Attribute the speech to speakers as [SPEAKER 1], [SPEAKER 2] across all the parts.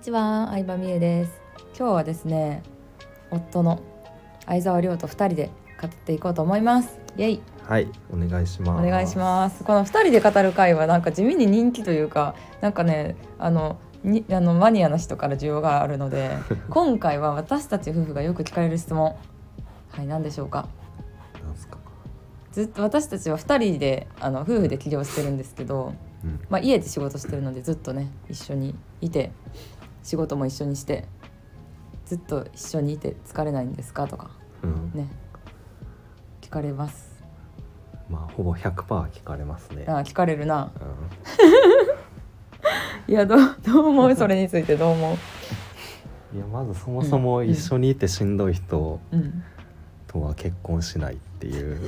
[SPEAKER 1] ちは、相葉美恵です。今日はですね、夫の相沢亮と二人で語っていこうと思います。イエイ、
[SPEAKER 2] はい、お願いし
[SPEAKER 1] お
[SPEAKER 2] ます。
[SPEAKER 1] 願いします。この二人で語る会はなんか地味に人気というか、なんかね、あの。にあのマニアな人から需要があるの で今回は私たち夫婦がよく聞かれる質問はい何でしょうか
[SPEAKER 2] す。なんすか。
[SPEAKER 1] ずっと私たちは2人であの夫婦で起業してるんですけど、
[SPEAKER 2] うん、
[SPEAKER 1] まあ、家で仕事してるのでずっとね一緒にいて仕事も一緒にしてずっと一緒にいて疲れないんですかとか
[SPEAKER 2] うん、
[SPEAKER 1] ね聞かれます
[SPEAKER 2] まあ、ほぼ100%聞かれますね。
[SPEAKER 1] あ聞かれるな
[SPEAKER 2] うん、
[SPEAKER 1] いやどうどう思 うそれについてどう思
[SPEAKER 2] いや、まずそもそも一緒にいてしんどい人
[SPEAKER 1] う、うん、
[SPEAKER 2] とは結婚しないっ ていう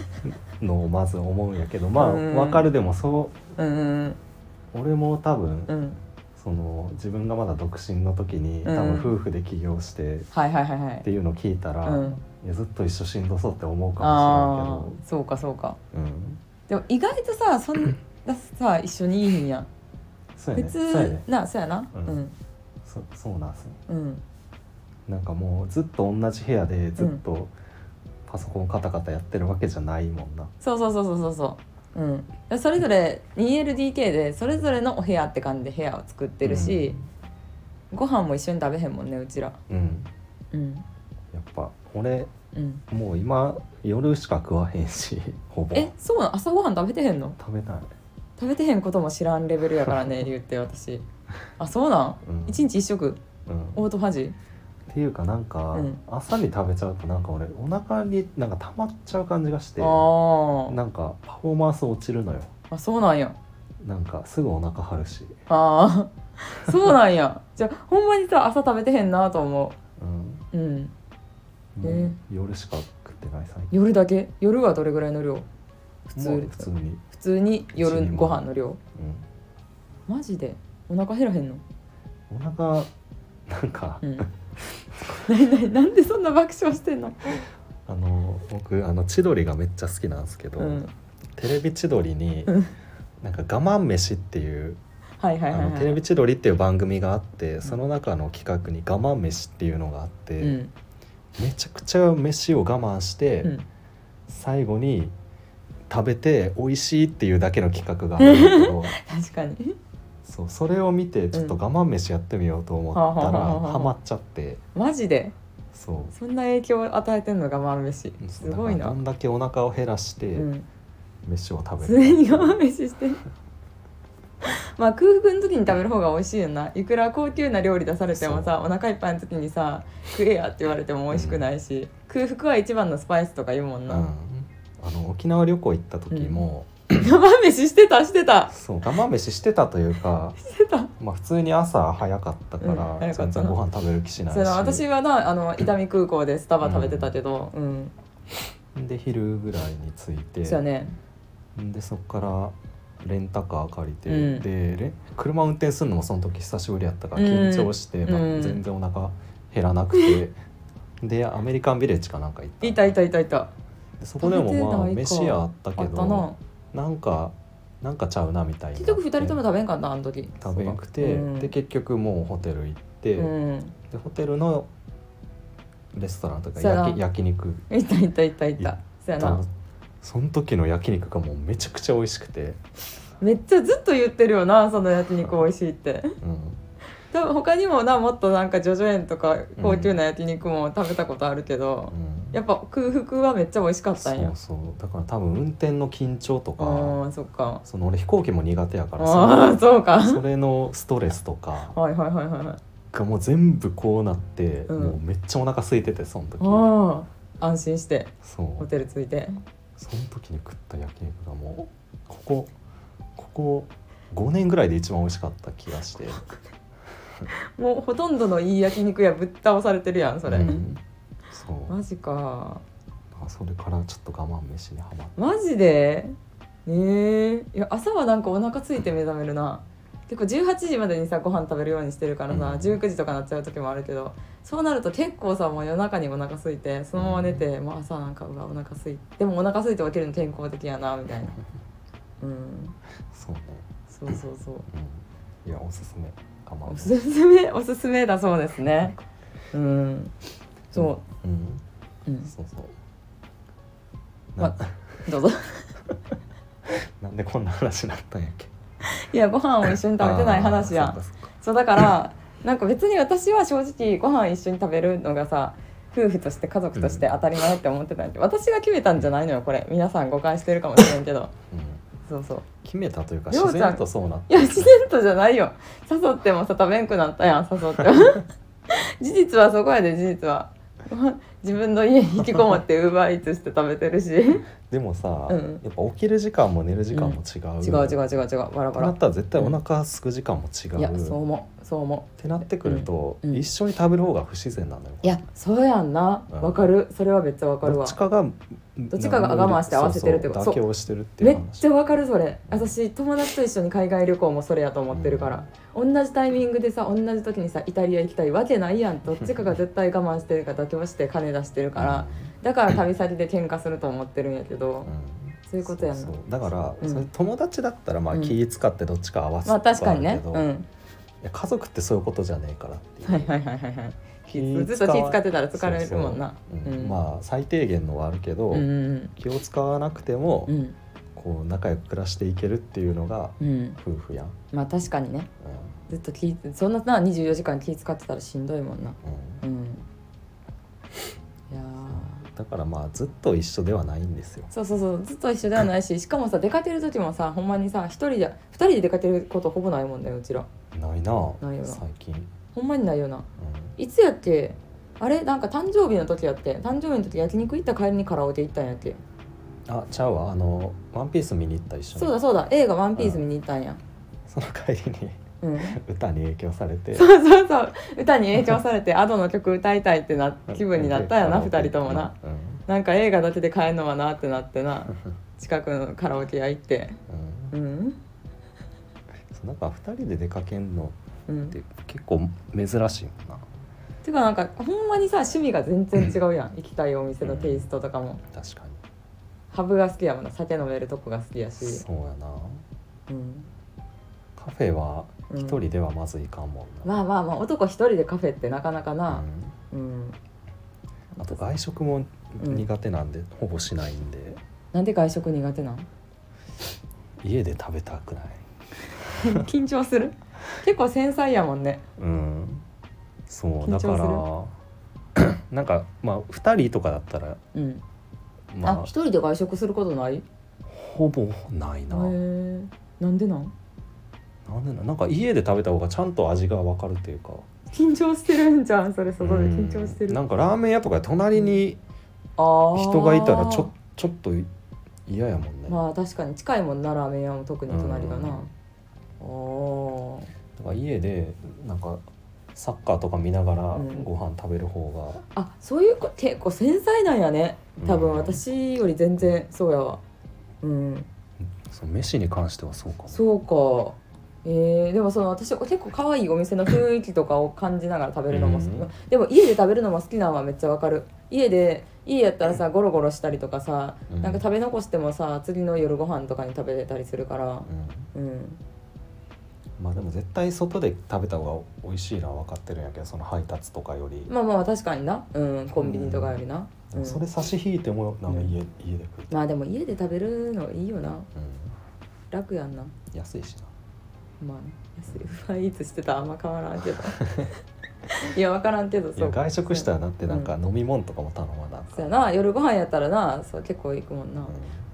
[SPEAKER 2] のをまず思うんやけど、まあ、
[SPEAKER 1] うん
[SPEAKER 2] わかるでも、そ
[SPEAKER 1] うんうん
[SPEAKER 2] う、俺も多分、
[SPEAKER 1] うん
[SPEAKER 2] その自分がまだ独身の時に、
[SPEAKER 1] うん
[SPEAKER 2] 多分夫婦で起業して。
[SPEAKER 1] はいはいはいは
[SPEAKER 2] って
[SPEAKER 1] い
[SPEAKER 2] いうのを聞いたら、
[SPEAKER 1] うん
[SPEAKER 2] いやずっと一緒しんどそうって思うか
[SPEAKER 1] ああ
[SPEAKER 2] も
[SPEAKER 1] ーそうかそうか
[SPEAKER 2] しれんけど、う
[SPEAKER 1] でも
[SPEAKER 2] ん、
[SPEAKER 1] 意外とさそんなさ一緒にいいんや
[SPEAKER 2] そうや
[SPEAKER 1] 普
[SPEAKER 2] ねそうや
[SPEAKER 1] 通
[SPEAKER 2] ね
[SPEAKER 1] なそうやなう
[SPEAKER 2] うんんそそうなんすね
[SPEAKER 1] うん
[SPEAKER 2] なんかもうずっと同じ部屋でずっとパソコンカタカタやってるわけじゃないもんな、
[SPEAKER 1] そうそうそうそうそうそう。うん、それぞれ 2LDK でそれぞれのお部屋って感じで部屋を作ってるし、ご飯も一緒に食べへんもんねうちら
[SPEAKER 2] うん、
[SPEAKER 1] うん
[SPEAKER 2] やっぱ俺
[SPEAKER 1] うん
[SPEAKER 2] もう今夜しか食わへんし ほぼ
[SPEAKER 1] えそうなの朝ごはん食べてへんの
[SPEAKER 2] 食べない
[SPEAKER 1] 食べてへんことも知らんレベルやから ね言って私あそうなん、
[SPEAKER 2] うん
[SPEAKER 1] 一日一食
[SPEAKER 2] うん、
[SPEAKER 1] オートファジ
[SPEAKER 2] っていうかなんか、
[SPEAKER 1] うん
[SPEAKER 2] 朝に食べちゃうとなんか俺お腹になんか溜まっちゃう感じがして
[SPEAKER 1] ーあ
[SPEAKER 2] なんかパフォーマンス落ちるのよ
[SPEAKER 1] あそうなんや
[SPEAKER 2] なんかすぐお腹張るし、
[SPEAKER 1] ああ そうなんやじゃあほんまにさ朝食べてへんなと思
[SPEAKER 2] うん、
[SPEAKER 1] ううん
[SPEAKER 2] も
[SPEAKER 1] え
[SPEAKER 2] う
[SPEAKER 1] ー
[SPEAKER 2] 夜しか食ってない最近
[SPEAKER 1] 夜だけ夜はどれぐらいの量普
[SPEAKER 2] もう
[SPEAKER 1] 通
[SPEAKER 2] 普通に、
[SPEAKER 1] 普通に夜ご飯の量
[SPEAKER 2] うん、
[SPEAKER 1] マジでお腹減らへんの、
[SPEAKER 2] お腹なんか、
[SPEAKER 1] うん、なになになんでそんな爆笑してんの、
[SPEAKER 2] あの僕あの千鳥がめっちゃ好きなんですけど、
[SPEAKER 1] うん、
[SPEAKER 2] テレビ千鳥に、
[SPEAKER 1] うん
[SPEAKER 2] なんか「我慢飯」っていう、
[SPEAKER 1] はいはいはい
[SPEAKER 2] あ
[SPEAKER 1] は
[SPEAKER 2] の
[SPEAKER 1] い
[SPEAKER 2] テレビ千鳥っていう番組があってその中の企画に「我慢飯」っていうのがあって、
[SPEAKER 1] うん
[SPEAKER 2] めちゃくちゃ飯を我慢して、
[SPEAKER 1] うん、
[SPEAKER 2] 最後に食べて美味しいっていうだけの企画があるんだけ ど
[SPEAKER 1] 確かに
[SPEAKER 2] そうそれを見てちょっと我慢飯やってみようと思ったら、
[SPEAKER 1] ははははは
[SPEAKER 2] ハマっちゃって
[SPEAKER 1] マジで
[SPEAKER 2] そう。
[SPEAKER 1] そんな影響を与えてんのがマ飯すごい
[SPEAKER 2] だから
[SPEAKER 1] な
[SPEAKER 2] どんだけお腹を減らし
[SPEAKER 1] う
[SPEAKER 2] て
[SPEAKER 1] ん
[SPEAKER 2] 飯を食
[SPEAKER 1] 普
[SPEAKER 2] べる
[SPEAKER 1] 通に我慢飯してるまあ空腹の時に食べる方が美味しいよないくら高級な料理出されてもさお腹いっぱいの時にさ食えやって言われても美味しくないし、空腹は一番のスパイスとか言うもん
[SPEAKER 2] うん、
[SPEAKER 1] な、
[SPEAKER 2] あの沖縄旅行行った時も、
[SPEAKER 1] 我慢飯してたしてた
[SPEAKER 2] そう我慢飯してたとい うか、
[SPEAKER 1] してた
[SPEAKER 2] まあ、普通に朝早かったか
[SPEAKER 1] うん
[SPEAKER 2] ら
[SPEAKER 1] 早かったな
[SPEAKER 2] 全然ご飯食べる気しないし、
[SPEAKER 1] そうやな私はなあの伊丹空港でスタバ食べてたけどうん、
[SPEAKER 2] で昼ぐらいに着いて
[SPEAKER 1] そうやね
[SPEAKER 2] でそこからレンタカー借りて、
[SPEAKER 1] うん
[SPEAKER 2] でレ車運転するのもその時久しぶりやったから
[SPEAKER 1] うん
[SPEAKER 2] 緊張して、まあ
[SPEAKER 1] うん
[SPEAKER 2] 全然お腹減らなくて。 でアメリカンビレッジかなんか行った
[SPEAKER 1] いたいたいたいたあ
[SPEAKER 2] でそこでもまあ
[SPEAKER 1] 食べてないか
[SPEAKER 2] 飯屋あったけ
[SPEAKER 1] った
[SPEAKER 2] ど
[SPEAKER 1] な
[SPEAKER 2] なんかなんかちゃうなみたいにな
[SPEAKER 1] 結局二人とも
[SPEAKER 2] 食
[SPEAKER 1] 食べんかったあの時
[SPEAKER 2] べなくて、
[SPEAKER 1] うん
[SPEAKER 2] で結局もうホテル行って、
[SPEAKER 1] うん
[SPEAKER 2] でホテルのレストランとか
[SPEAKER 1] そうやな
[SPEAKER 2] 焼き焼肉
[SPEAKER 1] いたいたいたい
[SPEAKER 2] い
[SPEAKER 1] たそうや
[SPEAKER 2] あ
[SPEAKER 1] な
[SPEAKER 2] のその時の焼肉がもうめちゃくちゃ美味しくて、
[SPEAKER 1] めっちゃずっと言ってるよなその焼肉美味しいって
[SPEAKER 2] うん、
[SPEAKER 1] 多分他にもなもっとなんかジョジョ園とか高級な焼肉も食べたことあるけど、
[SPEAKER 2] うん
[SPEAKER 1] やっぱ空腹はめっちゃ美味しかったん
[SPEAKER 2] そ
[SPEAKER 1] や
[SPEAKER 2] うそうだから多分運転の緊張と
[SPEAKER 1] あ
[SPEAKER 2] か
[SPEAKER 1] ーそっか
[SPEAKER 2] その俺飛行機も苦手やから
[SPEAKER 1] ああー
[SPEAKER 2] そ
[SPEAKER 1] そうか
[SPEAKER 2] のそれのストレスとか
[SPEAKER 1] はいはいはいはいはい
[SPEAKER 2] がもう全部こうなって、
[SPEAKER 1] うん
[SPEAKER 2] もうめっちゃお腹空いててその時
[SPEAKER 1] ああ安心して
[SPEAKER 2] そう
[SPEAKER 1] ホテル着いて
[SPEAKER 2] その時に食った焼き肉がもうここここ5年ぐらいで一番美味しかった気がして
[SPEAKER 1] もうほとんどのいい焼肉屋ぶっ倒されてるやんそれ、
[SPEAKER 2] うんそうだ
[SPEAKER 1] マジか
[SPEAKER 2] からそれからちょっと我慢飯にハマっ
[SPEAKER 1] マジでえー、いや朝はなんかお腹空いて目覚めるな結構18時までにさご飯食べるようにしてるからさ、
[SPEAKER 2] うん
[SPEAKER 1] 19時とかなっちゃう時もあるけどそうなると結構さもう夜中にお腹空いてそのまま寝て、もう朝なんかうわお腹空いてでもお腹空いて起きるの健康的やなみ たいなうん
[SPEAKER 2] そうね、
[SPEAKER 1] そうそうそう
[SPEAKER 2] うん、いやおすすめかま
[SPEAKER 1] おすすめおすすめだそうですねうんそ
[SPEAKER 2] う
[SPEAKER 1] う、
[SPEAKER 2] ん、
[SPEAKER 1] うん、
[SPEAKER 2] そうそうな,、
[SPEAKER 1] まどうぞ
[SPEAKER 2] なんでこんな話になったんやっけ
[SPEAKER 1] いやご飯を一緒に食べてない話や
[SPEAKER 2] あーそ
[SPEAKER 1] ん
[SPEAKER 2] うかそうか
[SPEAKER 1] そうだからなんか別に私は正直ご飯一緒に食べるのがさ夫婦として家族として当たり前って思ってたんで、私が決めたんじゃないのよこれ皆さん誤解してるかもしれんけど
[SPEAKER 2] うん、
[SPEAKER 1] そうそう
[SPEAKER 2] 決めたというか
[SPEAKER 1] りょう
[SPEAKER 2] 自
[SPEAKER 1] ちゃん
[SPEAKER 2] 然とそうなっ
[SPEAKER 1] いや自然とじゃないよ誘ってもさ食べんくなったやん誘っても 事実はそこやで事実は自分の家に引きこもってウーバーイーツして食べてる し違う
[SPEAKER 2] でもさ、
[SPEAKER 1] うん
[SPEAKER 2] やっぱ起きる時間も寝る時間も違う、
[SPEAKER 1] 違う違う違うバラ
[SPEAKER 2] っ
[SPEAKER 1] バ
[SPEAKER 2] てな
[SPEAKER 1] ラ
[SPEAKER 2] ったら絶対お腹空く時間も違う、
[SPEAKER 1] いや
[SPEAKER 2] っ
[SPEAKER 1] そう思うそう思
[SPEAKER 2] てなってくると、
[SPEAKER 1] うんうん
[SPEAKER 2] 一緒に食べる方が不自然なのよ
[SPEAKER 1] ういやそうやんな
[SPEAKER 2] うん
[SPEAKER 1] わかるそれはめっちゃわかる
[SPEAKER 2] ど
[SPEAKER 1] わ
[SPEAKER 2] っちかが
[SPEAKER 1] っちかが我慢して合わせてるってこと
[SPEAKER 2] そうそう妥協してるってい
[SPEAKER 1] め
[SPEAKER 2] う
[SPEAKER 1] っ
[SPEAKER 2] 話
[SPEAKER 1] ちゃわかるそれ私友達と一緒に海外旅行もそれやと思ってるから、同じタイミングでさ同じ時にさイタリア行きたいわけないやんどっちかが絶対我慢してるか妥協して金出してるから、だから旅先で喧嘩すると思ってるんやけど
[SPEAKER 2] う、ん
[SPEAKER 1] そういうことやな
[SPEAKER 2] そうそうだから、
[SPEAKER 1] うん
[SPEAKER 2] それ友達だったらまあ
[SPEAKER 1] うん
[SPEAKER 2] 気使ってどっちか合わせ
[SPEAKER 1] まあ
[SPEAKER 2] と
[SPEAKER 1] 確
[SPEAKER 2] か
[SPEAKER 1] か
[SPEAKER 2] あ
[SPEAKER 1] に
[SPEAKER 2] るけ
[SPEAKER 1] ね
[SPEAKER 2] ど、
[SPEAKER 1] う
[SPEAKER 2] い
[SPEAKER 1] ん
[SPEAKER 2] や家族ってそういうことじゃねえからっていう
[SPEAKER 1] はいはいはいはいはい
[SPEAKER 2] 気遣 わ
[SPEAKER 1] ずっと気使ってたら疲れるもんな
[SPEAKER 2] そうそう
[SPEAKER 1] う
[SPEAKER 2] うん
[SPEAKER 1] ん
[SPEAKER 2] まあ最低限のはあるけど、
[SPEAKER 1] うんうん
[SPEAKER 2] 気を使わなくても、
[SPEAKER 1] うん
[SPEAKER 2] こう仲良く暮らしていけるっていうのが
[SPEAKER 1] うん
[SPEAKER 2] 夫婦やん、
[SPEAKER 1] まあ確かにね
[SPEAKER 2] う
[SPEAKER 1] ずっと気そんなな24時間気使ってたらしんどいもんなん
[SPEAKER 2] う
[SPEAKER 1] うんいや
[SPEAKER 2] ん、だからまあずっと一緒ではないんですよ
[SPEAKER 1] ーそうそうそうずっと一緒ではないししかもさ出かける時もさほんまにさ一人で二人で出かけることほぼないもんねうちら
[SPEAKER 2] ないな
[SPEAKER 1] ないよな
[SPEAKER 2] 最近、
[SPEAKER 1] ほんまにないよないつやっけあれなんか誕生日の時やって誕生日の時焼肉行った帰りにカラオケ行ったんやっけ
[SPEAKER 2] うん、あちゃうわあの「ワンピース見に行った一緒に
[SPEAKER 1] そうだそうだ映画「ワンピース見に行ったんや、
[SPEAKER 2] その帰りに
[SPEAKER 1] うん、
[SPEAKER 2] 歌に影響されて
[SPEAKER 1] そうそうそう歌に影響されてアドの曲歌いたいってな気分になったよな
[SPEAKER 2] うん
[SPEAKER 1] 2人ともな、
[SPEAKER 2] うん
[SPEAKER 1] なんか映画だけで買えるのはなってなってな近くのカラオケ屋行って
[SPEAKER 2] うん
[SPEAKER 1] うん
[SPEAKER 2] そうなんか2人で出かけんの
[SPEAKER 1] うん、
[SPEAKER 2] っ
[SPEAKER 1] って
[SPEAKER 2] て結構珍しいもんな
[SPEAKER 1] いうかなんかほんまにさ趣味が全然違うやん行きたいお店のテイストとかも
[SPEAKER 2] 確か
[SPEAKER 1] ハブが好きやもんな酒飲めるとこが好きや
[SPEAKER 2] に
[SPEAKER 1] し、
[SPEAKER 2] そうやな
[SPEAKER 1] うん、
[SPEAKER 2] カフェは
[SPEAKER 1] うん
[SPEAKER 2] 一人ではまずいかんもんな、
[SPEAKER 1] まあまあまあ男一人でカフェってなかなかな
[SPEAKER 2] うん
[SPEAKER 1] うん、
[SPEAKER 2] あと外食も
[SPEAKER 1] うん
[SPEAKER 2] 苦手なんで、ほぼしないんで
[SPEAKER 1] なんで外食苦手なん
[SPEAKER 2] 家で食べたくない
[SPEAKER 1] 緊張する結構繊細やもんね
[SPEAKER 2] うんそう
[SPEAKER 1] 緊張
[SPEAKER 2] だ
[SPEAKER 1] す
[SPEAKER 2] か
[SPEAKER 1] る
[SPEAKER 2] らなんかまあ2人とかだったら
[SPEAKER 1] うん、あ
[SPEAKER 2] ま
[SPEAKER 1] 一
[SPEAKER 2] あ
[SPEAKER 1] 人で外食することない
[SPEAKER 2] ほぼないな、
[SPEAKER 1] へえなんでなん
[SPEAKER 2] なんでななんか家で食べた方がちゃんと味が分かるっていうか
[SPEAKER 1] 緊張してるんじゃんそれ外で緊張して
[SPEAKER 2] うん
[SPEAKER 1] る
[SPEAKER 2] なんかラーメン屋とかで隣に
[SPEAKER 1] 人
[SPEAKER 2] 人がいたらちょちょっと嫌やもんね、
[SPEAKER 1] まあ確かに近いもんなラーメン屋も特に隣だなおお
[SPEAKER 2] だから家でなんかサッカーとか見ながら
[SPEAKER 1] うん
[SPEAKER 2] ご飯食べる方
[SPEAKER 1] ーあそういうこ結構繊細なんやね多分
[SPEAKER 2] うん
[SPEAKER 1] 私より全然そうやわうん
[SPEAKER 2] が、そう飯に関してはそうかも
[SPEAKER 1] そうかえー、でもその私結構可愛いお店の雰囲気とかを感じながら食べるのも好き、
[SPEAKER 2] うん
[SPEAKER 1] でも家で食べるのも好きなのはめっちゃわかる家で家やったらさゴロゴロしたりとかさ、
[SPEAKER 2] うん
[SPEAKER 1] なんか食べ残してもさ次の夜ご飯とかに食べれたりするから
[SPEAKER 2] うん
[SPEAKER 1] うん
[SPEAKER 2] まあでも絶対外で食べた方が美味しいのは分かってるんやけどその配達とかより、
[SPEAKER 1] まあまあ確かになうんコンビニとかよりな、う
[SPEAKER 2] で
[SPEAKER 1] ん
[SPEAKER 2] もそれ差し引いてもなんか家,、家で食いたい、
[SPEAKER 1] まあでも家で食べるのいいよな
[SPEAKER 2] う、
[SPEAKER 1] 楽やんなん
[SPEAKER 2] 安いしな
[SPEAKER 1] まあ安いファイーツしてたらあんま変わらん けどいや分からんけど
[SPEAKER 2] いや外食したらだってなんか飲み物とかも頼まなあかん
[SPEAKER 1] そうやな夜ご飯やったらなそう結構行くもんな、
[SPEAKER 2] う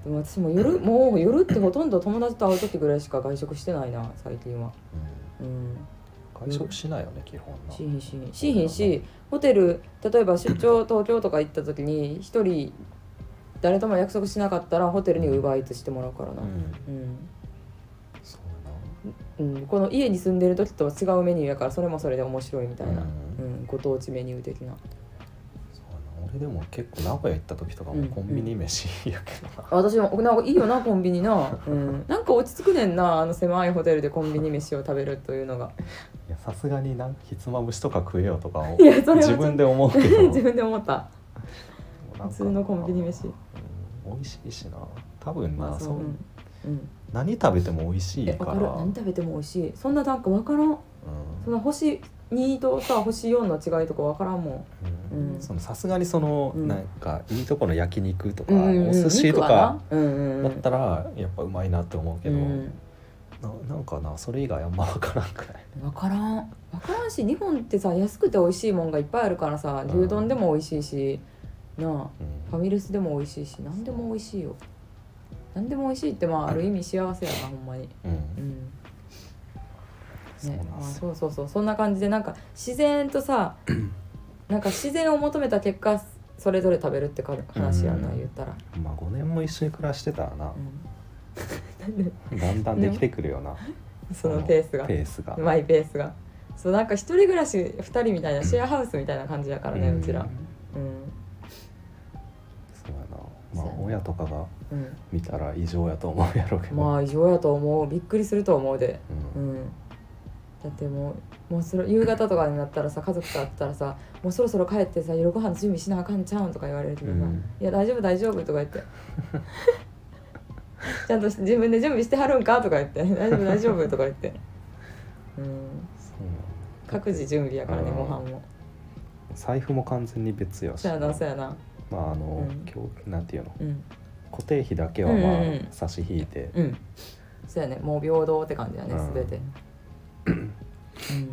[SPEAKER 1] でも私も夜もう夜ってほとんど友達と会う時ぐらいしか外食してないな最近は
[SPEAKER 2] ん
[SPEAKER 1] うん
[SPEAKER 2] うん外食しないよね基本な
[SPEAKER 1] しひんしひんしひんしホテル例えば出張東京とか行った時に一人誰とも約束しなかったらホテルにウーバーイーツしてもらうからな
[SPEAKER 2] うん
[SPEAKER 1] うん、
[SPEAKER 2] そう
[SPEAKER 1] うん、この家に住んでる時とは違うメニューやからそれもそれで面白いみた
[SPEAKER 2] や
[SPEAKER 1] い
[SPEAKER 2] な
[SPEAKER 1] な、うんご当地メニュー的な
[SPEAKER 2] そうやな俺でも結構名古屋行った時とかもコンビニ飯やけどな、
[SPEAKER 1] 私もなんかいいよなコンビニ な、うん、なんか落ち着くねんなあの狭いホテルでコンビニ飯を食べるというのが
[SPEAKER 2] いやさすがになんかひつまぶしとか食えよとかを
[SPEAKER 1] いやそれは
[SPEAKER 2] 自分で思うけど
[SPEAKER 1] 自分で思った
[SPEAKER 2] なん
[SPEAKER 1] 普
[SPEAKER 2] か
[SPEAKER 1] 通のコンビニ飯
[SPEAKER 2] うん美味しいしな多分な、
[SPEAKER 1] まあ
[SPEAKER 2] そう
[SPEAKER 1] うん、うん、
[SPEAKER 2] 何食べても美味しい
[SPEAKER 1] え
[SPEAKER 2] か
[SPEAKER 1] わ
[SPEAKER 2] ら
[SPEAKER 1] かる何食べても美味しいそんななんか分からん
[SPEAKER 2] うん
[SPEAKER 1] その星2とさ星4の違いとかわからんもん
[SPEAKER 2] うん
[SPEAKER 1] うん
[SPEAKER 2] そのさすがにその、
[SPEAKER 1] うん
[SPEAKER 2] なんかいいとこの焼肉とか、
[SPEAKER 1] うんうんうん
[SPEAKER 2] お寿司とか
[SPEAKER 1] 肉はなうんうんうん
[SPEAKER 2] だったらやっぱうまいなって思うけど、
[SPEAKER 1] うん
[SPEAKER 2] ななんかなそれ以外あんま分からんくらい
[SPEAKER 1] 分からん分からんし日本ってさ安くて美味しいもんがいっぱいあるからさ
[SPEAKER 2] うん
[SPEAKER 1] 牛丼でも美味しいしな
[SPEAKER 2] う
[SPEAKER 1] あ
[SPEAKER 2] ん
[SPEAKER 1] ファミレスでも美味しいし何でも美味しいよ何でも美味しいってまあある意味幸せやなほんまに
[SPEAKER 2] うん
[SPEAKER 1] うん
[SPEAKER 2] そう
[SPEAKER 1] ね
[SPEAKER 2] な、ん
[SPEAKER 1] あ
[SPEAKER 2] ですよ
[SPEAKER 1] そうそうそうそんな感じでなんか自然と さなんか自然を求めた結果それぞれ食べるってか話やな
[SPEAKER 2] うん
[SPEAKER 1] 言ったら、
[SPEAKER 2] まあ5年も一緒に暮らしてたらな
[SPEAKER 1] う、んなんで
[SPEAKER 2] だんだんできてくるよな
[SPEAKER 1] そのペースが
[SPEAKER 2] ペースが
[SPEAKER 1] マイペースがそうなんか一人暮らし2人みたいなシェアハウスみたいな感じだからね、うちら
[SPEAKER 2] ん
[SPEAKER 1] うん
[SPEAKER 2] そうやなま
[SPEAKER 1] そ
[SPEAKER 2] あ
[SPEAKER 1] うやな
[SPEAKER 2] 親とかが
[SPEAKER 1] うん
[SPEAKER 2] 見たら異常やと思うやろうけど、
[SPEAKER 1] まあ異常やと思うびっくりすると思うで
[SPEAKER 2] う
[SPEAKER 1] うんんだってもうもうそろ夕方とかになったらさ家族と会ったらさ「もうそろそろ帰ってさ夜ご飯準備しなあかんちゃうん」とか言われるけどさ「
[SPEAKER 2] うん
[SPEAKER 1] いや大丈夫大丈夫」とか言って 「ちゃんとし自分で準備してはるんか?」とか言って「大丈夫大丈夫」とか言ってうん
[SPEAKER 2] そうやな
[SPEAKER 1] 各自準備やからね
[SPEAKER 2] うん
[SPEAKER 1] ご飯も
[SPEAKER 2] 財布も完全に別やし
[SPEAKER 1] そうやなそうやな
[SPEAKER 2] まああの、
[SPEAKER 1] うん
[SPEAKER 2] 今日なんていうの
[SPEAKER 1] うん
[SPEAKER 2] 固定費だけはまあ、
[SPEAKER 1] うんうんうん
[SPEAKER 2] 差し引いて、
[SPEAKER 1] うんそうやねもう平等って感じやね
[SPEAKER 2] うん
[SPEAKER 1] 全てうん確かに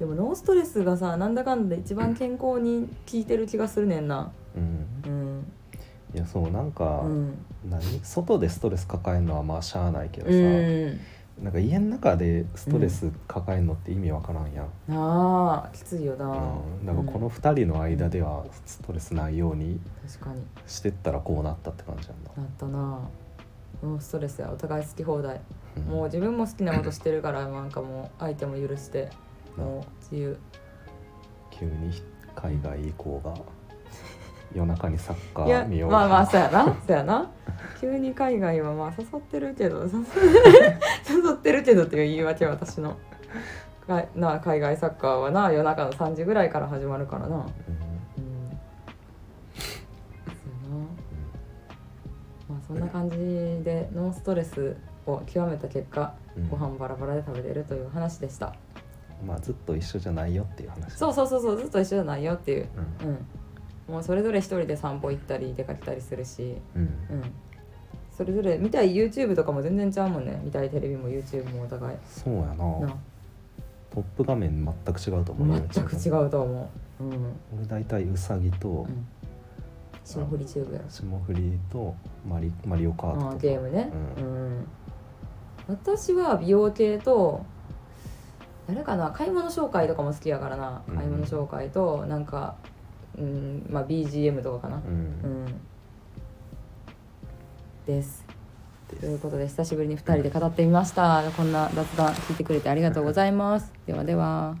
[SPEAKER 1] でもノーストレスがさなんだかんだ一番健康に効いてる気がするねんな
[SPEAKER 2] うん
[SPEAKER 1] うん
[SPEAKER 2] いやそうなんか、
[SPEAKER 1] うん
[SPEAKER 2] 何外でストレス抱えるのはまあしゃあないけどさ、
[SPEAKER 1] うん
[SPEAKER 2] なんか家の中でストレス抱えるのって意味わからんやん、
[SPEAKER 1] ああきついよな
[SPEAKER 2] うん、だからこの2人の間ではストレスないように
[SPEAKER 1] うん確かに
[SPEAKER 2] してったらこうなったって感じなんだ、
[SPEAKER 1] なったなノーストレスやお互い好き放題
[SPEAKER 2] うん
[SPEAKER 1] もう自分も好きなことしてるからなんかもう相手も許して
[SPEAKER 2] な
[SPEAKER 1] もう自由
[SPEAKER 2] 急に海外以降 が夜中にサッカ
[SPEAKER 1] いや
[SPEAKER 2] ー見よう
[SPEAKER 1] まあまあ
[SPEAKER 2] か
[SPEAKER 1] そうやなそうやな急に海外はまあ誘って るけど誘誘ってるけどっていう言い訳私のがなあ海外サッカーはな夜中の3時ぐらいから始まるからなうん
[SPEAKER 2] うん
[SPEAKER 1] そうやなまあそんな感じでノンストレスを極めた結果
[SPEAKER 2] うん
[SPEAKER 1] ご飯バラバラで食べれるという話でした
[SPEAKER 2] まあずっと一緒じゃないよっていう話
[SPEAKER 1] そうそうそうそうずっと一緒じゃないよっていう
[SPEAKER 2] うん
[SPEAKER 1] うんもうそれぞれ一人で散歩行ったり出かけたりするし
[SPEAKER 2] うん
[SPEAKER 1] うん、それぞれ見たい YouTube とかも全然ちゃうもんね見たいテレビも YouTube もお互い
[SPEAKER 2] そうやな
[SPEAKER 1] な
[SPEAKER 2] トップ画面全く違うと思う
[SPEAKER 1] 全く違うと思ううん、うん、
[SPEAKER 2] 俺大体ウサギと
[SPEAKER 1] 霜降りチューブやろ
[SPEAKER 2] 霜降りとマリマリオカートと
[SPEAKER 1] あ
[SPEAKER 2] か
[SPEAKER 1] ゲームね
[SPEAKER 2] う
[SPEAKER 1] うんん、私は美容系と誰かな買い物紹介とかも好きやからな、
[SPEAKER 2] うん
[SPEAKER 1] 買い物紹介となんかうんまあ BGM とかかな
[SPEAKER 2] う
[SPEAKER 1] うんん、です
[SPEAKER 2] です
[SPEAKER 1] ということで久しぶりに2人で語ってみましたこんな雑談聞いてくれてありがとうございますではでは